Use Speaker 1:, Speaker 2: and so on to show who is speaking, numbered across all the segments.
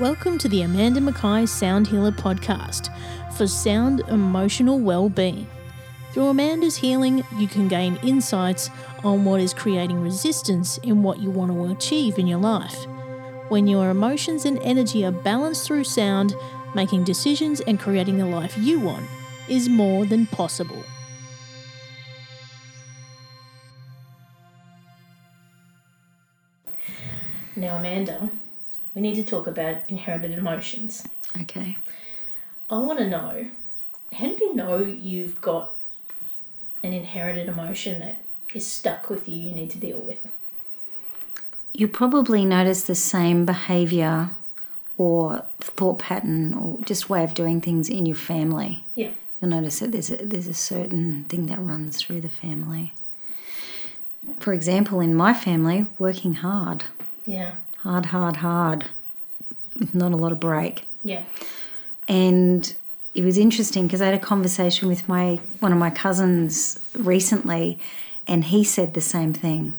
Speaker 1: Welcome to the Amanda Mackay Sound Healer podcast for sound emotional well-being. Through Amanda's healing, you can gain insights on what is creating resistance in what you want to achieve in your life. When your emotions and energy are balanced through sound, making decisions and creating the life you want is more than possible. Now, Amanda, we need to talk about inherited emotions.
Speaker 2: Okay.
Speaker 1: I want to know how do you know you've got an inherited emotion that is stuck with you, you need to deal with?
Speaker 2: You probably notice the same behavior or thought pattern or just way of doing things in your family.
Speaker 1: Yeah.
Speaker 2: You'll notice that there's a, there's a certain thing that runs through the family. For example, in my family, working hard,
Speaker 1: Yeah.
Speaker 2: hard, hard, hard, with not a lot of break.
Speaker 1: Yeah.
Speaker 2: and it was interesting because I had a conversation with my one of my cousins recently, and he said the same thing.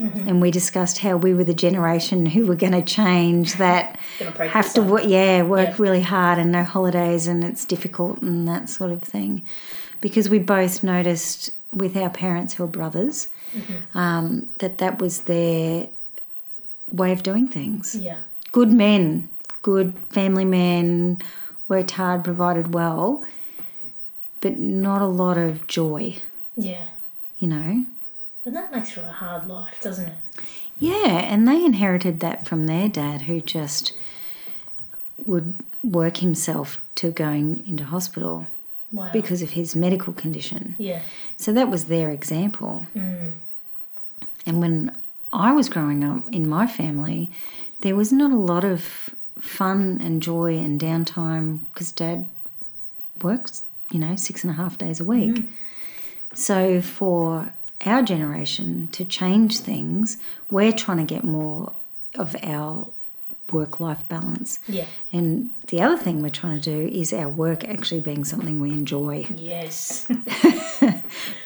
Speaker 1: Mm-hmm.
Speaker 2: And we discussed how we were the generation who were going to change that
Speaker 1: Gonna break
Speaker 2: have
Speaker 1: the
Speaker 2: to
Speaker 1: cycle.
Speaker 2: work, yeah, work
Speaker 1: Yeah.
Speaker 2: really hard and no holidays and it's difficult and that sort of thing, because we both noticed with our parents who are brothers
Speaker 1: Mm-hmm.
Speaker 2: um, that that was their way of doing things
Speaker 1: Yeah.
Speaker 2: good men, good family men, worked hard, provided well, but not a lot of joy,
Speaker 1: Yeah.
Speaker 2: you know?
Speaker 1: And that makes for a hard life, doesn't it?
Speaker 2: Yeah, and they inherited that from their dad, who just would work himself to going into hospital
Speaker 1: Wow.
Speaker 2: because of his medical condition.
Speaker 1: yeah.
Speaker 2: So that was their example. And when I was growing up in my family, there was not a lot of fun and joy and downtime because dad works, you know, six and a half days a week. So for our generation to change things, we're trying to get more of our work life balance.
Speaker 1: Yeah.
Speaker 2: And the other thing we're trying to do is our work actually being something we enjoy
Speaker 1: Yes.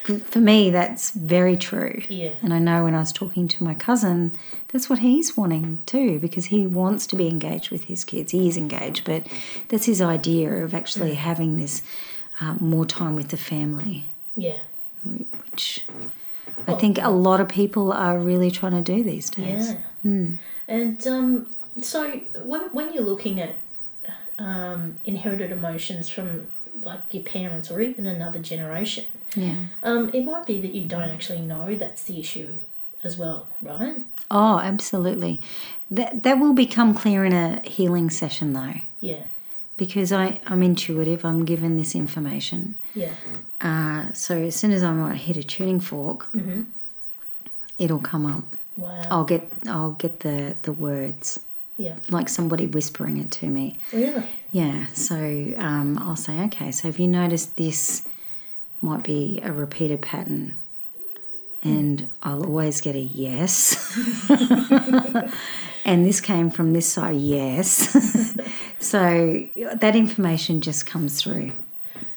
Speaker 2: for me, that's very true.
Speaker 1: Yeah.
Speaker 2: And I know when I was talking to my cousin, that's what he's wanting too, because he wants to be engaged with his kids. He is engaged, but that's his idea of actually having this uh, more time with the family,
Speaker 1: yeah.
Speaker 2: which I think a lot of people are really trying to do these days.
Speaker 1: Yeah. And um, so when, when you're looking at um, inherited emotions from like your parents or even another generation,
Speaker 2: yeah.
Speaker 1: um, it might be that you don't actually know that's the issue as well, right?
Speaker 2: Oh, absolutely. That that will become clear in a healing session though,
Speaker 1: Yeah.
Speaker 2: because I I'm intuitive. I'm given this information.
Speaker 1: Yeah.
Speaker 2: Uh, so as soon as I might hit a tuning fork, it'll come up.
Speaker 1: Wow.
Speaker 2: I'll get I'll get the the words
Speaker 1: Yeah.
Speaker 2: like somebody whispering it to me.
Speaker 1: Really?
Speaker 2: Yeah. So um, I'll say, okay. So have you noticed this might be a repeated pattern? And I'll always get a yes. and this came from this side, yes. so that information just comes through.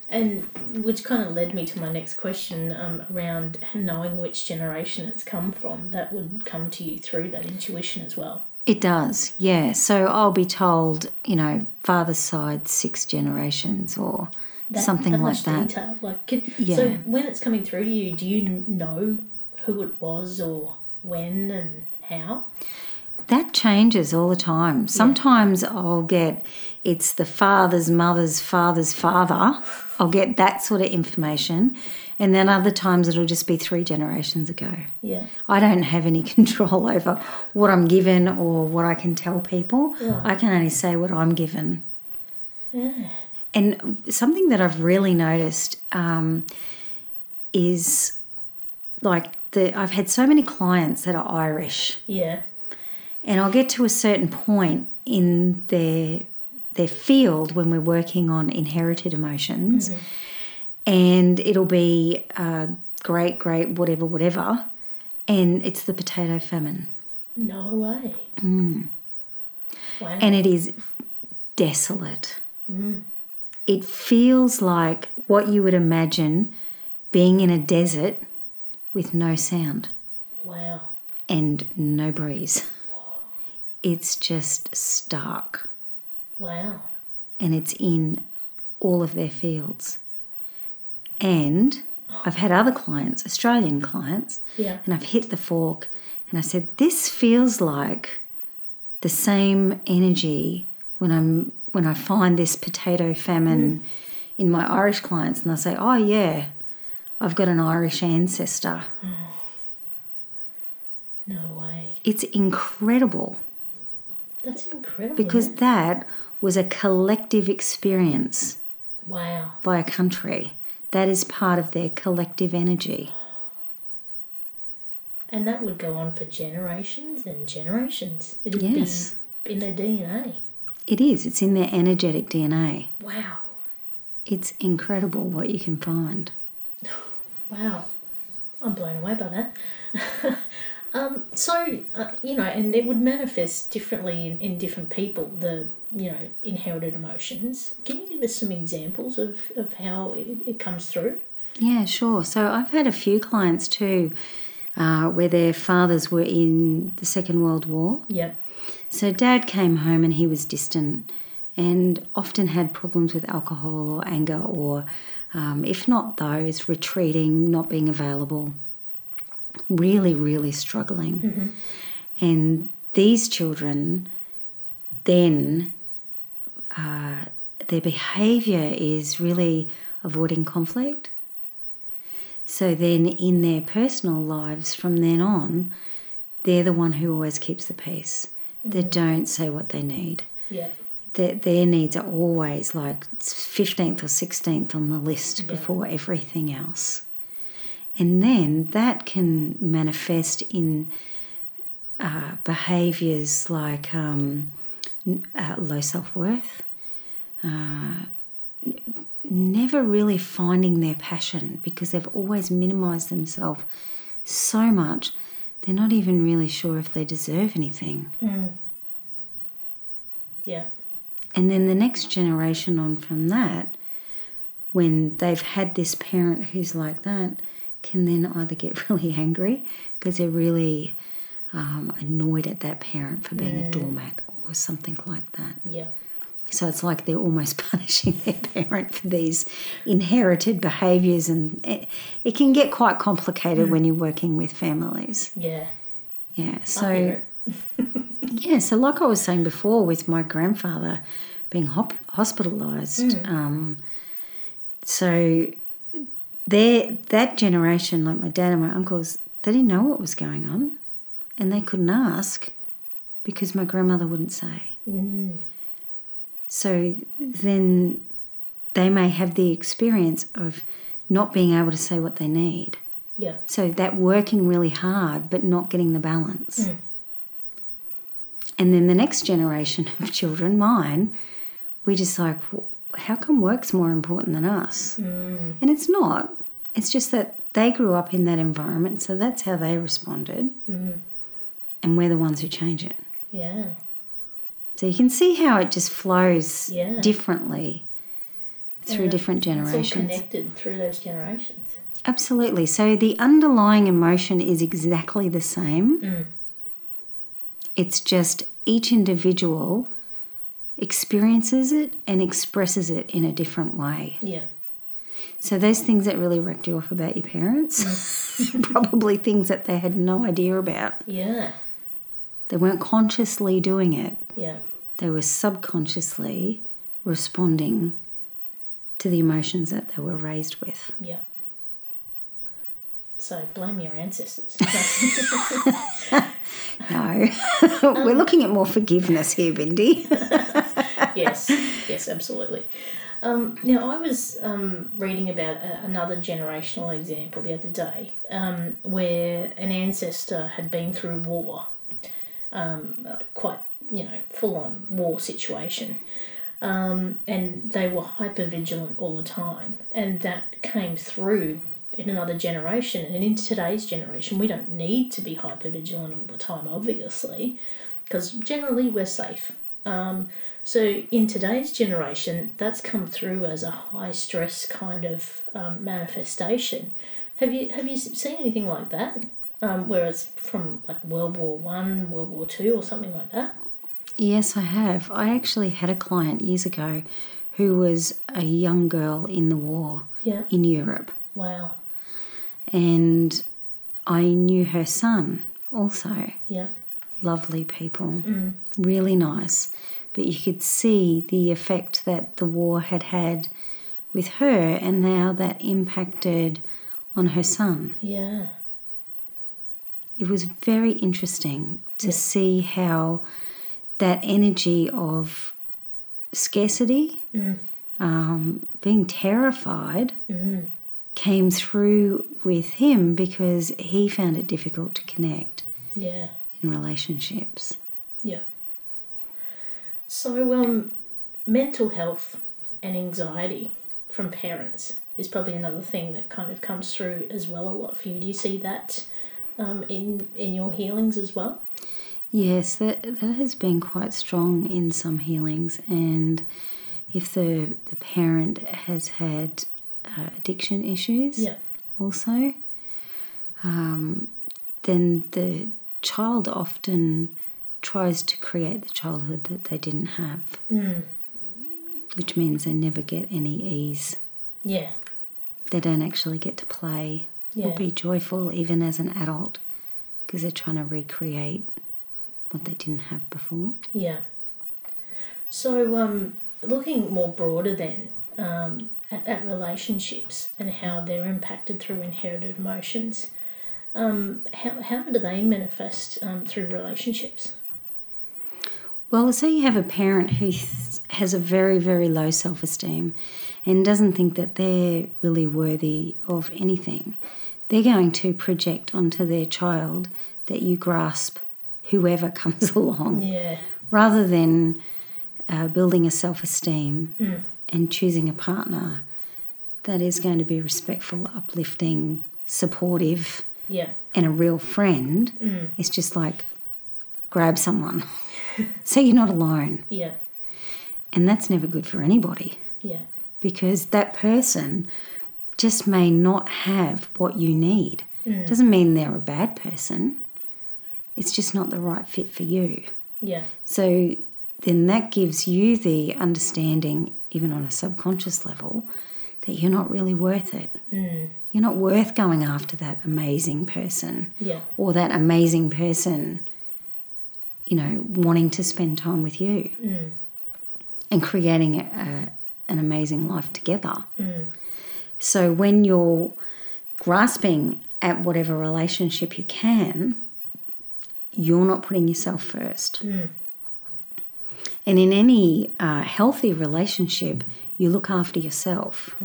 Speaker 1: And which kind of led me to my next question um, around knowing which generation it's come from. That would come to you through that intuition as well.
Speaker 2: It does, yeah. So I'll be told, you know, father's side six generations or
Speaker 1: That,
Speaker 2: something
Speaker 1: that
Speaker 2: like
Speaker 1: much
Speaker 2: that.
Speaker 1: Detail. Like, could, So
Speaker 2: Yeah.
Speaker 1: when it's coming through to you, do you n- know who it was or when and how?
Speaker 2: That changes all the time. Sometimes I'll get it's the father's mother's father's father. I'll get that sort of information. And then other times it'll just be three generations ago.
Speaker 1: Yeah.
Speaker 2: I don't have any control over what I'm given or what I can tell people. I can only say what I'm given. And something that I've really noticed um, is like the I've had so many clients that are Irish,
Speaker 1: Yeah.
Speaker 2: and I'll get to a certain point in their their field when we're working on inherited emotions, and it'll be uh, great, great, whatever, whatever, and it's the potato famine.
Speaker 1: No way. Wow.
Speaker 2: Mm. and it is desolate. It feels like what you would imagine being in a desert with no sound
Speaker 1: wow.
Speaker 2: and no breeze. It's just stark.
Speaker 1: Wow.
Speaker 2: and it's in all of their fields. And I've had other clients, Australian clients,
Speaker 1: Yeah.
Speaker 2: and I've hit the fork and I said, This feels like the same energy when I'm when I find this potato famine in my Irish clients and they'll say, Oh yeah, I've got an Irish ancestor.
Speaker 1: No way.
Speaker 2: It's incredible
Speaker 1: That's incredible.
Speaker 2: because
Speaker 1: isn't
Speaker 2: that was a collective experience.
Speaker 1: it? wow.
Speaker 2: by a country. That is part of their collective energy.
Speaker 1: And that would go on for generations and generations. It'd
Speaker 2: Yes.
Speaker 1: be in their DNA.
Speaker 2: It is, it's in their energetic DNA.
Speaker 1: Wow.
Speaker 2: It's incredible what you can find.
Speaker 1: Wow. I'm blown away by that. um, so, uh, you know, and it would manifest differently in, in different people, the, you know, inherited emotions. Can you give us some examples of, of how it, it comes through?
Speaker 2: Yeah, sure. So I've had a few clients too uh, where their fathers were in the Second World War.
Speaker 1: Yep.
Speaker 2: So dad came home and he was distant and often had problems with alcohol or anger or, um, if not those, retreating, not being available, really, really struggling. And these children then, uh, their behaviour is really avoiding conflict. So then, in their personal lives from then on, they're the one who always keeps the peace. They don't say what they need.
Speaker 1: Yep.
Speaker 2: Their, their needs are always like 15th or 16th on the list before everything else. And then that can manifest in uh, behaviours like um, n- uh, low self worth, uh, n- never really finding their passion because they've always minimised themselves so much, they're not even really sure if they deserve anything.
Speaker 1: Yep.
Speaker 2: And then the next generation on from that, when they've had this parent who's like that, can then either get really angry because they're really um, annoyed at that parent for being a doormat or something like that.
Speaker 1: Yep.
Speaker 2: So it's like they're almost punishing their parent for these inherited behaviours, and it, it can get quite complicated when you're working with families.
Speaker 1: Yeah.
Speaker 2: Yeah.
Speaker 1: I
Speaker 2: So.
Speaker 1: hear it.
Speaker 2: Yeah, so like I was saying before, with my grandfather being hop- hospitalised, um, so their that generation, like my dad and my uncles, they didn't know what was going on, and they couldn't ask because my grandmother wouldn't say. So then they may have the experience of not being able to say what they need.
Speaker 1: Yep.
Speaker 2: So that working really hard but not getting the balance.
Speaker 1: Mm.
Speaker 2: And then the next generation of children, mine, we just like, "W- how come work's more important than us?
Speaker 1: Mm.
Speaker 2: And it's not. It's just that they grew up in that environment, so that's how they responded.
Speaker 1: Mm-hmm.
Speaker 2: And we're the ones who change it.
Speaker 1: Yeah.
Speaker 2: So you can see how it just flows
Speaker 1: Yeah.
Speaker 2: differently through
Speaker 1: Yeah. It's
Speaker 2: different
Speaker 1: all
Speaker 2: generations.
Speaker 1: connected through those generations.
Speaker 2: Absolutely. So the underlying emotion is exactly the same. It's just each individual experiences it and expresses it in a different way.
Speaker 1: Yeah.
Speaker 2: So those things that really wrecked you off about your parents, probably things that they had no idea about.
Speaker 1: Yeah.
Speaker 2: They weren't consciously doing it.
Speaker 1: Yeah.
Speaker 2: They were subconsciously responding to the emotions that they were raised with.
Speaker 1: Yeah. So blame your ancestors.
Speaker 2: No. We're looking at more forgiveness here, Bindi.
Speaker 1: yes, yes, absolutely. Um, now, I was um, reading about a, another generational example the other day um, where an ancestor had been through war, um, uh, quite, you know, full on war situation. Um, and they were hyper vigilant all the time. And that came through in another generation. And in today's generation, we don't need to be hyper vigilant all the time, obviously, because generally we're safe. So in today's generation, that's come through as a high stress kind of um, manifestation. Have you have you seen anything like that? Um, where it's from like World War One, World War Two, or something like that.
Speaker 2: Yes, I have. I actually had a client years ago who was a young girl in the war
Speaker 1: Yeah.
Speaker 2: in Europe,
Speaker 1: Wow.
Speaker 2: and I knew her son also.
Speaker 1: Yeah. Mm.
Speaker 2: Lovely people, really nice. But you could see the effect that the war had had with her and how that impacted on her son.
Speaker 1: Yeah.
Speaker 2: It was very interesting to see how that energy of scarcity, um, being terrified,
Speaker 1: Mm.
Speaker 2: came through with him because he found it difficult to connect
Speaker 1: Yeah.
Speaker 2: in relationships.
Speaker 1: Yeah. So, um, mental health and anxiety from parents is probably another thing that kind of comes through as well a lot for you. Do you see that um, in in your healings as well?
Speaker 2: Yes, that that has been quite strong in some healings, and if the the parent has had uh, addiction issues,
Speaker 1: Yeah.
Speaker 2: also, um, then the child often tries to create the childhood that they didn't have, which means they never get any ease.
Speaker 1: Yeah.
Speaker 2: They don't actually get to play
Speaker 1: Yeah.
Speaker 2: or be joyful even as an adult because they're trying to recreate what they didn't have before.
Speaker 1: Yeah. So, um, looking more broader then um, at, at relationships and how they're impacted through inherited emotions, um, how, how do they manifest um, through relationships?
Speaker 2: Well, let's say you have a parent who th- has a very, very low self esteem and doesn't think that they're really worthy of anything. They're going to project onto their child that you grasp whoever comes along
Speaker 1: Yeah.
Speaker 2: rather than uh, building a self esteem and choosing a partner that is going to be respectful, uplifting, supportive,
Speaker 1: Yeah.
Speaker 2: and a real friend. It's just like grab someone so you're not alone.
Speaker 1: Yeah.
Speaker 2: And that's never good for anybody
Speaker 1: Yeah.
Speaker 2: because that person just may not have what you need. Doesn't mean they're a bad person. It's just not the right fit for you.
Speaker 1: Yeah.
Speaker 2: So then that gives you the understanding, even on a subconscious level, that you're not really worth it.
Speaker 1: Mm,
Speaker 2: You're not worth going after that amazing person
Speaker 1: Yeah.
Speaker 2: or that amazing person, you know, wanting to spend time with you
Speaker 1: mm,
Speaker 2: and creating a, an amazing life together. So when you're grasping at whatever relationship you can, you're not putting yourself first. And in any uh, healthy relationship, you look after yourself.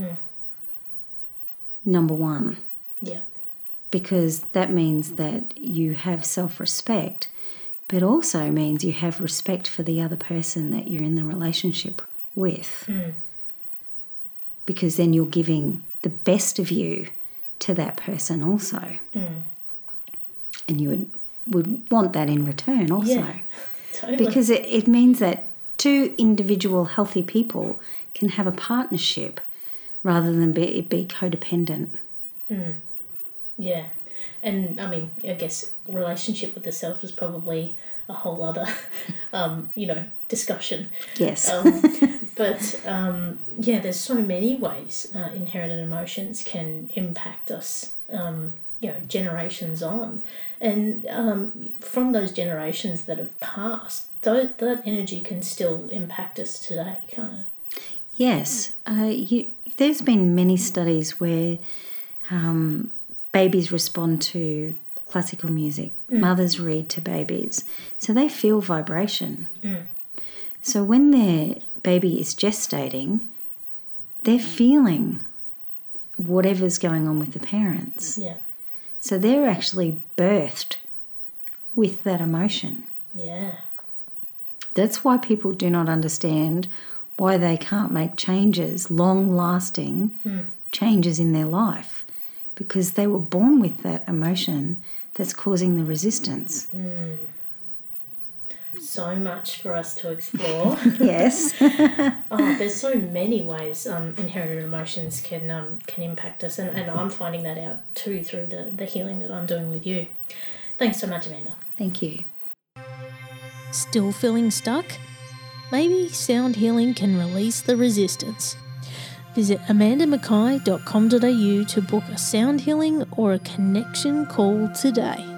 Speaker 2: Number one
Speaker 1: Yeah.
Speaker 2: because that means that you have self respect, but also means you have respect for the other person that you're in the relationship with. Because then you're giving the best of you to that person also. And you would, would want that in return also.
Speaker 1: Yeah. Totally.
Speaker 2: Because it, it means that two individual healthy people can have a partnership rather than be, it be codependent.
Speaker 1: yeah. And I mean, I guess relationship with the self is probably a whole other, um, you know, discussion.
Speaker 2: Yes.
Speaker 1: um, but um, yeah, there's so many ways uh, inherited emotions can impact us. Um, you know, generations on, and um, from those generations that have passed, tho- that energy can still impact us today, can't it?
Speaker 2: Yes, uh, you, there's been many studies where um, babies respond to classical music. Mothers read to babies, so they feel vibration. So when their baby is gestating, they're feeling whatever's going on with the parents.
Speaker 1: Yeah,
Speaker 2: So they're actually birthed with that emotion.
Speaker 1: yeah,
Speaker 2: That's why people do not understand why they can't make changes, long lasting changes in their life, because they were born with that emotion that's causing the resistance.
Speaker 1: so much for us to explore.
Speaker 2: Yes.
Speaker 1: Oh, there's so many ways um, inherited emotions can um, can impact us, and, and I'm finding that out too through the, the healing that I'm doing with you. Thanks so much, Amanda.
Speaker 2: Thank you.
Speaker 1: Still feeling stuck? Maybe sound healing can release the resistance. Visit amandamackay.com.au to book a sound healing or a connection call today.